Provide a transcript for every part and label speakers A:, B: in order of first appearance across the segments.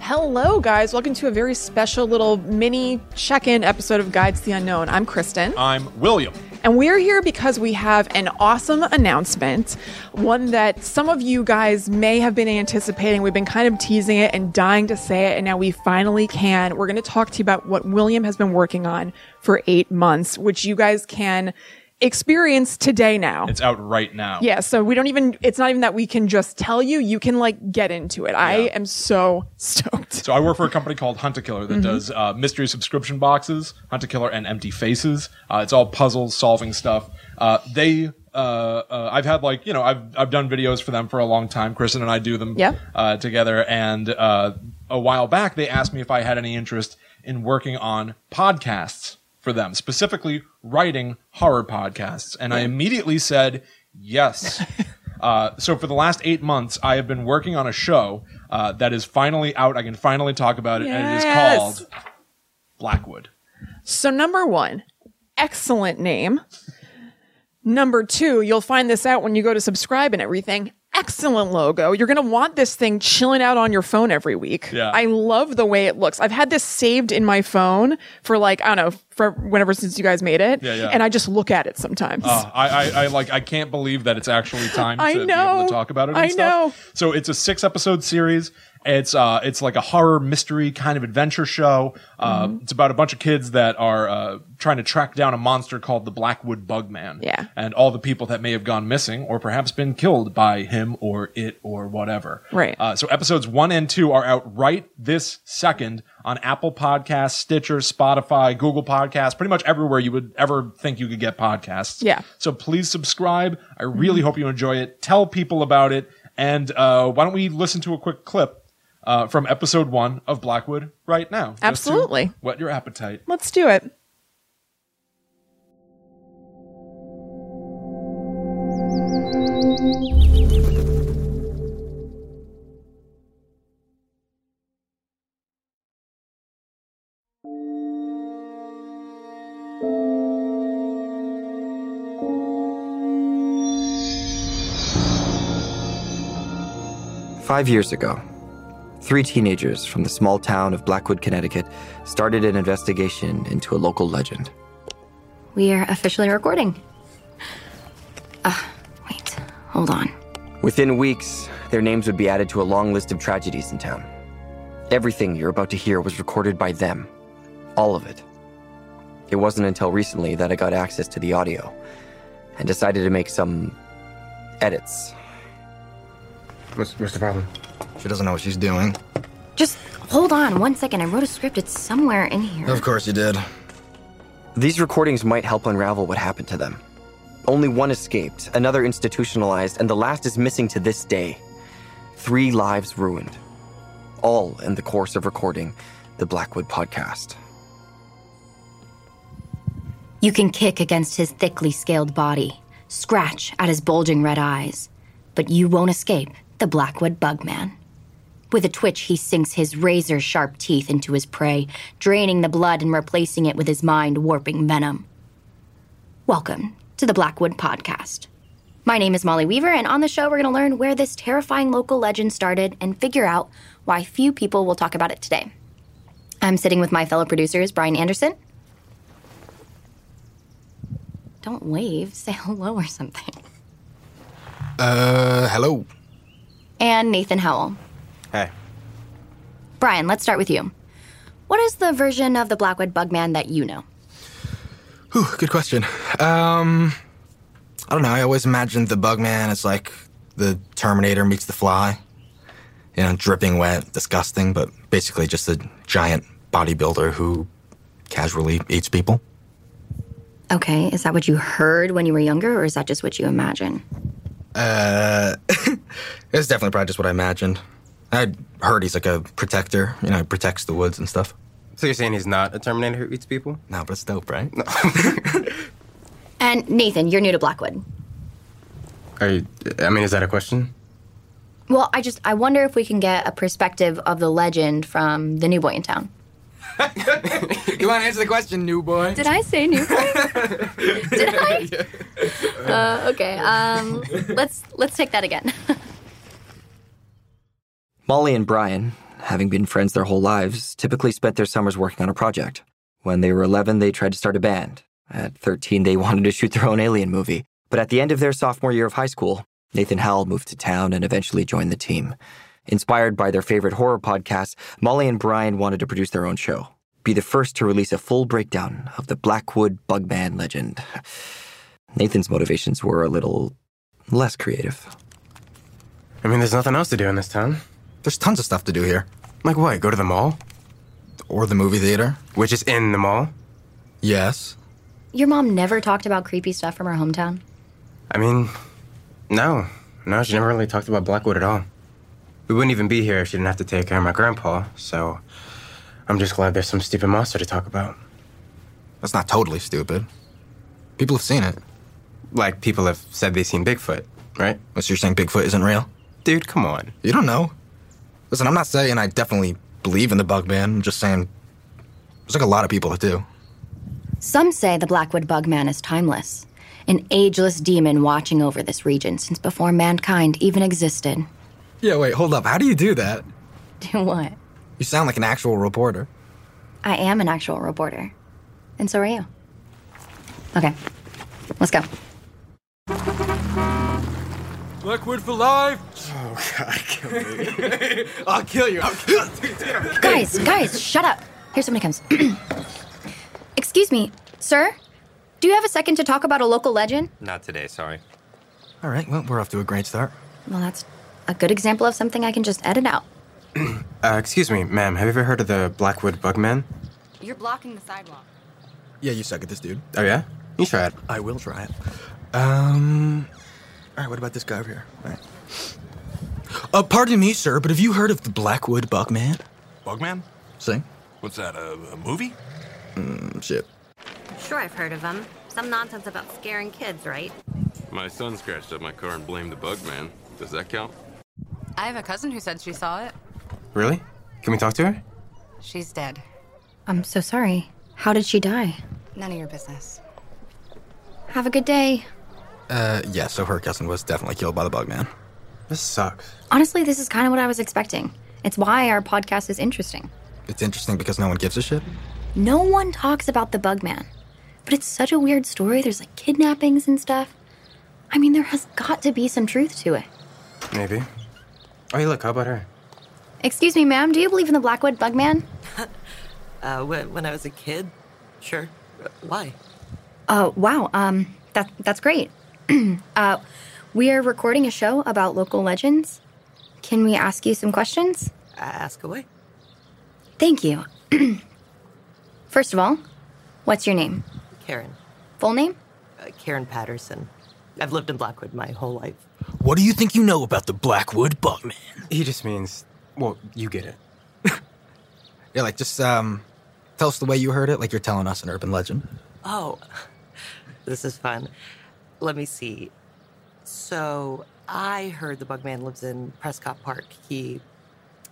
A: Hello, guys. Welcome to a very special little mini check in episode of Guides to the Unknown. I'm Kristen.
B: I'm William.
A: And we're here because we have an awesome announcement, one that some of you guys may have been anticipating. We've been kind of teasing it and dying to say it, and now we finally can. We're going to talk to you about what William has been working on for eight months, which you guys can experience today now.
B: It's out right now.
A: yeah, so we don't even, it's not even that we can just tell you, you can like get into it. I
B: Yeah.
A: am so stoked.
B: So I work for a company called Hunt a Killer
A: Mm-hmm.
B: that does uh, mystery subscription boxes, Hunt a Killer and Empty Faces. Uh, it's all puzzles, solving stuff. Uh, they, uh, uh, I've had like you know, I've I've done videos for them for a long time. Kristen and I do them
A: Yeah.
B: uh, together. And uh, a while back, they asked me if I had any interest in working on podcasts for them, specifically writing horror podcasts. And I immediately said yes. uh, so for the last eight months, I have been working on a show uh, that is finally out. I can finally talk about it,
A: Yes.
B: and it is called Blackwood.
A: So, number one, excellent name. Number two, you'll find this out when you go to subscribe and everything. Excellent logo. You're going to want this thing chilling out on your phone every week.
B: Yeah.
A: I love the way it looks. I've had this saved in my phone for like, I don't know, for whenever since you guys made it.
B: Yeah, yeah.
A: And I just look at it sometimes.
B: Uh, I, I, I like I can't believe that it's actually time to
A: I
B: be able
A: know.
B: to talk about it. And
A: I
B: stuff.
A: know.
B: So it's a six episode series. It's uh it's like a horror mystery kind of adventure show. Uh,
A: Mm-hmm.
B: It's about a bunch of kids that are uh, trying to track down a monster called the Blackwood Bugman.
A: Yeah.
B: And all the people that may have gone missing or perhaps been killed by him or it or whatever.
A: Right.
B: Uh, so episodes one and two are out right this second on Apple Podcasts, Stitcher, Spotify, Google Podcasts, pretty much everywhere you would ever think you could get podcasts.
A: Yeah.
B: So please subscribe. I really hope you enjoy it. Tell people about it. And uh, why don't we listen to a quick clip uh, from episode one of Blackwood right now? just to
A: Absolutely.
B: Whet your appetite.
A: Let's do it.
C: Five years ago, three teenagers from the small town of Blackwood, Connecticut, started an investigation into a local legend.
D: We are officially recording. Uh, wait, hold on.
C: Within weeks, their names would be added to a long list of tragedies in town. Everything you're about to hear was recorded by them. All of it. It wasn't until recently that I got access to the audio and decided to make some edits.
E: What's, what's the problem? She doesn't know what she's doing.
D: Just hold on one second. I wrote a script. It's somewhere in here.
E: Of course you did.
C: These recordings might help unravel what happened to them. Only one escaped, another institutionalized, and the last is missing to this day. Three lives ruined. All in the course of recording the Blackwood podcast.
D: You can kick against his thickly scaled body, scratch at his bulging red eyes, but you won't escape the Blackwood Bugman. With a twitch, he sinks his razor sharp teeth into his prey, draining the blood and replacing it with his mind warping venom. Welcome to the Blackwood Podcast. My name is Molly Weaver, and on the show, we're going to learn where this terrifying local legend started and figure out why few people will talk about it today. I'm sitting with my fellow producers, Brian Anderson. Don't wave, say hello or something.
E: Uh, hello.
D: And Nathan Howell.
E: Hey.
D: Brian, let's start with you. What is the version of the Blackwood Bugman that you know?
E: Whew, good question. Um, I don't know. I always imagined the Bugman as like the Terminator meets the Fly. You know, dripping wet, disgusting, but basically just a giant bodybuilder who casually eats people.
D: Okay, is that what you heard when you were younger, or is that just what you imagine?
E: It's definitely probably just what I imagined. I heard he's like a protector. You know, he protects the woods and stuff.
F: So you're saying he's not a Terminator who eats people?
E: No, but it's dope, right?
D: And Nathan, you're new to Blackwood.
F: Are you, I mean, is that a question?
D: Well, I just I wonder if we can get a perspective of the legend from the new boy in town.
E: You want to answer the question, new boy?
D: Did I say new boy? Did I? Uh, okay. Um, let's let's take that again.
C: Molly and Brian having been friends their whole lives, typically spent their summers working on a project. When they were 11, they tried to start a band. At 13, they wanted to shoot their own alien movie. But at the end of their sophomore year of high school, Nathan Howell moved to town and eventually joined the team. Inspired by their favorite horror podcast, Molly and Brian wanted to produce their own show, be the first to release a full breakdown of the Blackwood Bugman legend. Nathan's motivations were a little less creative.
F: I mean, there's nothing else to do in this town.
E: There's tons of stuff to do here.
F: Like what? Go to the mall?
E: Or the movie theater.
F: Which is in the mall?
E: Yes.
D: Your mom never talked about creepy stuff from her hometown?
F: I mean, no. No, she never really talked about Blackwood at all. We wouldn't even be here if she didn't have to take care of my grandpa, so I'm just glad there's some stupid monster to talk about.
E: That's not totally stupid. People have seen it.
F: Like people have said they've seen Bigfoot, right?
E: Unless you're saying Bigfoot isn't real.
F: Dude, come on.
E: You don't know. Listen, I'm not saying I definitely believe in the bug man. I'm just saying there's like a lot of people that do.
D: Some say the Blackwood Bugman is timeless, an ageless demon watching over this region since before mankind even existed.
E: Yeah, wait, hold up. How do you do that?
D: Do what?
E: You sound like an actual reporter.
D: I am an actual reporter. And so are you. Okay, let's go.
G: Blackwood for life!
E: Oh, I'll kill you.
D: Guys, guys, shut up. Here somebody comes. Excuse me, sir? Do you have a second to talk about a local legend?
F: Not today, sorry.
E: All right, well, we're off to a great start.
D: Well, that's a good example of something I can just edit out.
F: Uh, excuse me, ma'am, have you ever heard of the Blackwood Bugman?
D: You're blocking the sidewalk.
E: Yeah, you suck at this, dude.
F: Oh, yeah? You try it.
E: I will try it. Um. All right, what about this guy over here? All right. Uh, pardon me, sir, but have you heard of the Blackwood Buckman?
G: Bugman?
E: Sing?
G: What's that, a, a movie?
E: Shit.
H: Sure, I've heard of them. Some nonsense about scaring kids, right?
I: My son scratched up my car and blamed the bug man. Does that count?
J: I have a cousin who said she saw it.
F: Really? Can we talk to her?
J: She's dead.
D: I'm so sorry. How did she die?
J: None of your business.
D: Have a good day.
E: Uh, yeah, so her cousin was definitely killed by the Bugman.
F: This sucks.
D: Honestly, this is kind of what I was expecting. It's why our podcast is interesting.
E: It's interesting because no one gives a shit.
D: No one talks about the Bugman, but it's such a weird story. There's like kidnappings and stuff. I mean, there has got to be some truth to it.
F: Maybe. Oh, hey, look, how about her?
D: Excuse me, ma'am, do you believe in the Blackwood Bugman?
K: Uh, when, when I was a kid? Sure. Uh, Why?
D: Uh, wow, um, that, that's great. uh, we are recording a show about local legends. Can we ask you some questions?
K: Uh, ask away.
D: Thank you. First of all, what's your name?
K: Karen.
D: Full name?
K: Uh, Karen Patterson. I've lived in Blackwood my whole life.
E: What do you think you know about the Blackwood Buckman?
F: He just means, well, you get it.
E: Yeah, like just um, tell us the way you heard it, like you're telling us an urban legend.
K: Oh, this is fun. Let me see. So I heard the Bugman lives in Prescott Park. He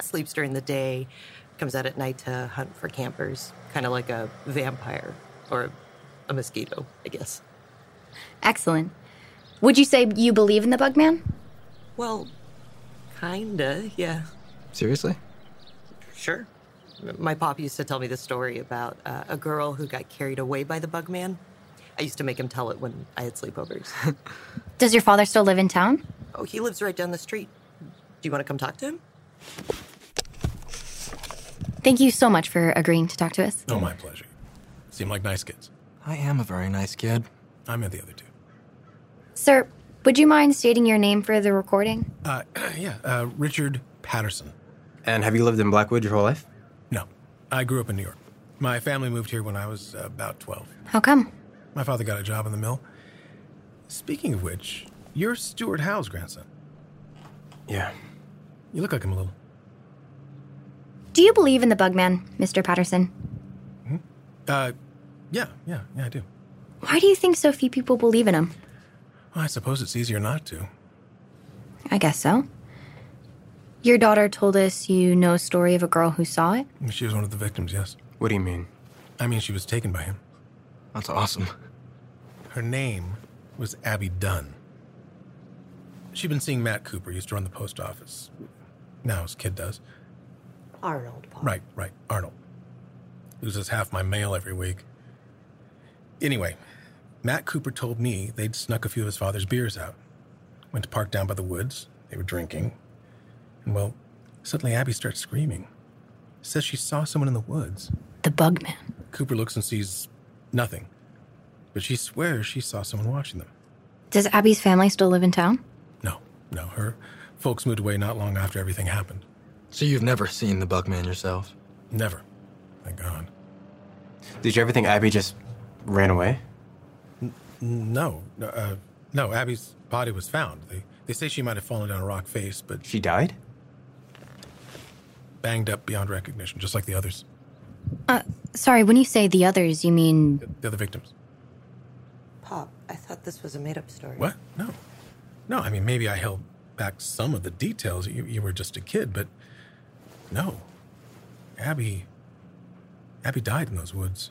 K: sleeps during the day, comes out at night to hunt for campers, kind of like a vampire or a mosquito, I guess.
D: Excellent. Would you say you believe in the Bugman?
K: Well, kinda, yeah.
E: Seriously?
K: Sure. My pop used to tell me the story about uh, a girl who got carried away by the Bugman. I used to make him tell it when I had sleepovers.
D: Does your father still live in town?
K: oh, he lives right down the street. Do you want to come talk to him?
D: Thank you so much for agreeing to talk to us.
G: Oh, my pleasure. Seem like nice kids.
E: I am a very nice kid.
G: I meant the other two.
D: Sir, would you mind stating your name for the recording?
G: Uh, yeah, uh, Richard Patterson.
F: And have you lived in Blackwood your whole life?
G: No, I grew up in New York. My family moved here when I was about 12.
D: How come?
G: My father got a job in the mill. Speaking of which, you're Stuart Howe's grandson.
F: Yeah.
G: You look like him a little.
D: Do you believe in the Bugman, Mr. Patterson?
G: Uh, yeah, yeah, yeah, I do.
D: Why do you think so few people believe in him?
G: Well, I suppose it's easier not to.
D: I guess so. Your daughter told us you know a story of a girl who saw it.
G: She was one of the victims, yes.
F: What do you mean?
G: I mean, she was taken by him.
E: That's awesome.
G: Her name was Abby Dunn. She'd been seeing Matt Cooper, used to run the post office. Now his kid does.
K: Arnold, Paul.
G: Right, right. Arnold loses half my mail every week. Anyway, Matt Cooper told me they'd snuck a few of his father's beers out. Went to park down by the woods. They were drinking. And well, suddenly Abby starts screaming. Says she saw someone in the woods.
D: The bug man.
G: Cooper looks and sees nothing. But she swears she saw someone watching them.
D: Does Abby's family still live in town?
G: Oh, No, her folks moved away not long after everything happened.
E: So you've never seen the Bugman yourself?
G: Never. Thank God.
F: Did you ever think Abby just ran away?
G: No, no, uh, no. Abby's body was found. They they say she might have fallen down a rock face, but
F: she died.
G: Banged up beyond recognition, just like the others,
D: Uh, sorry, when you say the others, you mean.
G: the other victims.
K: Pop, I thought this was a made up story.
G: What? No, no. I mean, maybe I held back some of the details. You you were just a kid, but no. Abby. Abby died in those woods.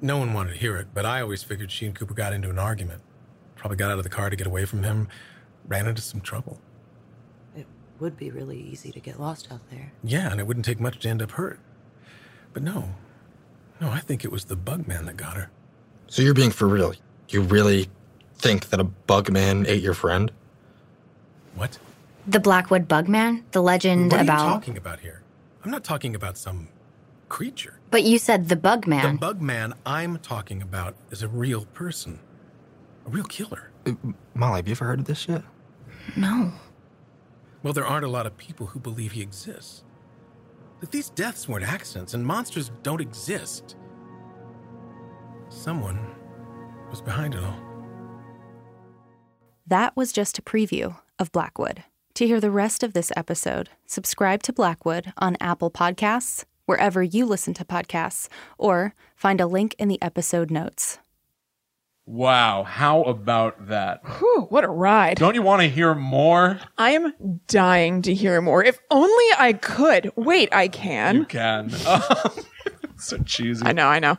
G: No one wanted to hear it, but I always figured she and Cooper got into an argument. Probably got out of the car to get away from him, ran into some trouble.
K: It would be really easy to get lost out there.
G: Yeah, and it wouldn't take much to end up hurt. But no. No, I think it was the bug man that got her.
E: So you're being for real. You really think that a Bugman ate your friend?
D: The Blackwood Bug Man? The legend
G: what are
D: about.
G: you talking about here? I'm not talking about some creature.
D: But you said the Bug Man.
G: The bug man I'm talking about is a real person. A real killer.
E: Molly, have you ever heard of this shit?
D: no.
G: Well, there aren't a lot of people who believe he exists. That these deaths weren't accidents and monsters don't exist. Someone was behind it all.
L: That was just a preview of Blackwood. To hear the rest of this episode, subscribe to Blackwood on Apple Podcasts, wherever you listen to podcasts, or find a link in the episode notes.
B: Wow, how about that?
A: Whew, what a ride.
B: Don't you want to hear more?
A: I am dying to hear more. If only I could. Wait, I can.
B: You can. Um, so cheesy. I
A: know, I know.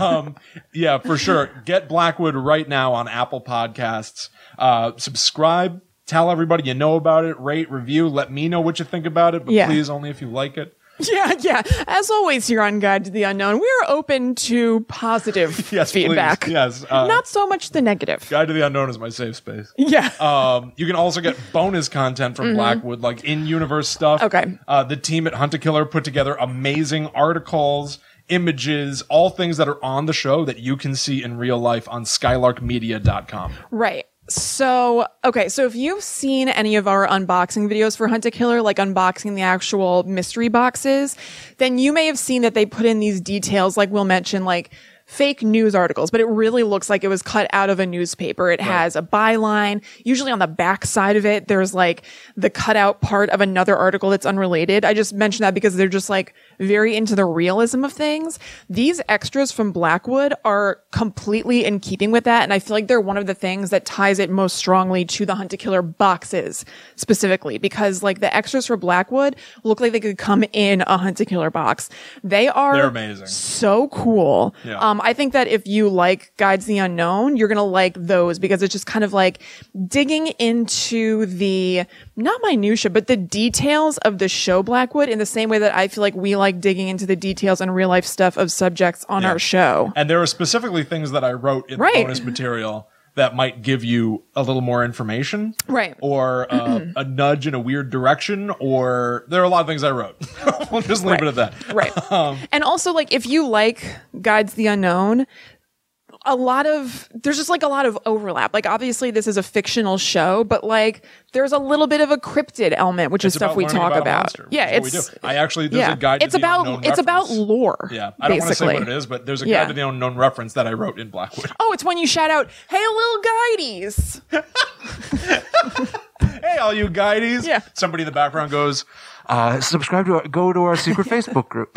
B: um, yeah, for sure. Get Blackwood right now on Apple Podcasts. Uh, subscribe. Tell everybody you know about it. Rate, review. Let me know what you think about it, but
A: Yeah.
B: please only if you like it.
A: Yeah, yeah. As always, here on Guide to the Unknown, we are open to positive
B: Yes, please.
A: feedback.
B: Yes, uh,
A: Not so much the negative.
B: Guide to the Unknown is my safe space.
A: Yeah.
B: Um, you can also get bonus content from
A: Mhm.
B: Blackwood, like in universe stuff.
A: Okay.
B: Uh, the team at Hunt a Killer put together amazing articles, images, all things that are on the show that you can see in real life on skylarkmedia.com.
A: Right. So, okay, so if you've seen any of our unboxing videos for Hunt a Killer, like unboxing the actual mystery boxes, then you may have seen that they put in these details, like Will mentioned, like fake news articles, but it really looks like it was cut out of a newspaper. It has a byline. Usually on the back side of it, there's like the cutout part of another article that's unrelated. I just mentioned that because they're just like very into the realism of things. These extras from Blackwood are completely in keeping with that. And I feel like they're one of the things that ties it most strongly to the Hunt a Killer boxes specifically, because like the extras for Blackwood look like they could come in a Hunt a Killer box. They are
B: They're amazing.
A: So cool.
B: Yeah.
A: Um, I think that if you like Guides the Unknown, you're going to like those because it's just kind of like digging into the, not minutia, but the details of the show Blackwood in the same way that I feel like we like digging into the details and real life stuff of subjects on our show.
B: And there are specifically things that I wrote in
A: Right.
B: the bonus material that might give you a little more information.
A: Right. Mm-hmm.
B: Or uh, a nudge in a weird direction, or there are a lot of things I wrote. we'll just leave it at that.
A: Right.
B: Um,
A: And also, like, if you like Guides the Unknown, a lot of there's just like a lot of overlap. Like, obviously, this is a fictional show, but like, there's a little bit of a cryptid element, which
B: It's
A: is stuff
B: about
A: we
B: learning
A: talk
B: about a
A: about.
B: monster, which
A: yeah,
B: is what we
A: it's
B: do. I actually- there's a guide to
A: It's
B: the
A: about
B: unknown
A: it's about
B: reference.
A: lore.
B: Yeah, I don't want to say
A: basically.
B: what it is, but there's a
A: Yeah.
B: guide to the unknown reference that I wrote in Blackwood.
A: Oh, it's when you shout out, "Hey, little guides!"
B: hey, all you guides! Yeah. Somebody in the background goes, uh, "Subscribe to our, go to our secret Facebook group."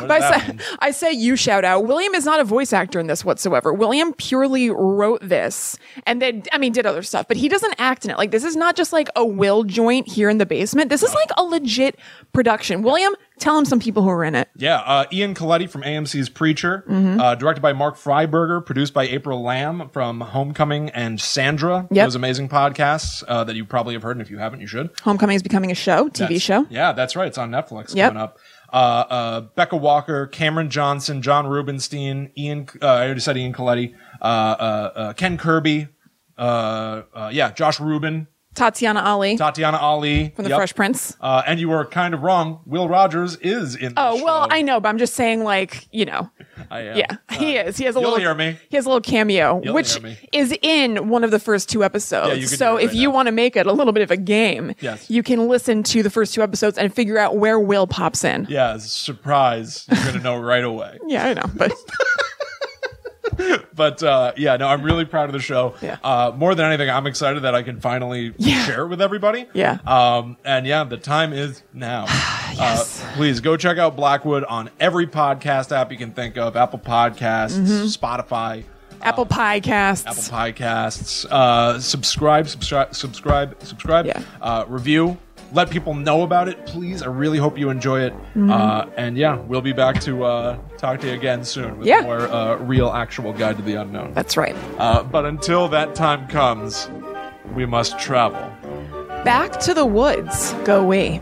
A: But I say, I say you shout out. William is not a voice actor in this whatsoever. William purely wrote this and then, I mean, did other stuff, but he doesn't act in it. Like, this is not just like a will joint here in the basement. This is like a legit production. William Tell him some people who are in it.
B: Yeah, uh, Ian Coletti from AMC's Preacher,
A: Mhm.
B: uh, directed by Mark Freiberger, produced by April Lamb from Homecoming and Sandra.
A: Yep.
B: Those amazing podcasts uh, that you probably have heard, and if you haven't, you should.
A: Homecoming is becoming a show, TV
B: That's-
A: show.
B: Yeah, that's right. It's on Netflix
A: Yep.
B: coming up. Uh, uh, Becca Walker, Cameron Johnson, John Rubenstein, Ian. Uh, I already said Ian Coletti. Uh, uh, uh, Ken Kirby. Uh, uh, yeah, Josh Rubin.
A: Tatiana Ali.
B: Tatiana Ali
A: From The
B: Yep.
A: Fresh Prince.
B: Uh, and you were kind of wrong. Will Rogers is in.
A: Oh well, I know, but I'm just saying, like you know,
B: I am.
A: yeah, he is. He has a
B: Uh, you'll
A: little.
B: hear me.
A: He has a little cameo,
B: You'll
A: which
B: hear me.
A: is in one of the first two episodes.
B: Yeah, you could
A: so
B: do it
A: if
B: right
A: you want to make it a little bit of a game,
B: Yes.
A: you can listen to the first two episodes and figure out where Will pops in.
B: Yeah, surprise. You're going to know right away.
A: Yeah, I know, but
B: But uh, yeah, no, I'm really proud of the show. Yeah. Uh, more than anything, I'm excited that I can finally share it with everybody.
A: Yeah.
B: Um, and yeah, the time is now. yes. please go check out Blackwood on every podcast app you can think of Apple Podcasts,
A: Mhm.
B: Spotify,
A: Apple Podcasts.
B: Apple Podcasts. Uh, subscribe, subscribe, subscribe, subscribe. Uh, review. Let people know about it, please. I really hope you enjoy it.
A: Mhm.
B: Uh, and yeah, we'll be back to uh, talk to you again soon with
A: Yeah.
B: more uh, real, actual guide to the unknown.
A: That's right.
B: Uh, but until that time comes, we must travel.
A: Back to the woods go we.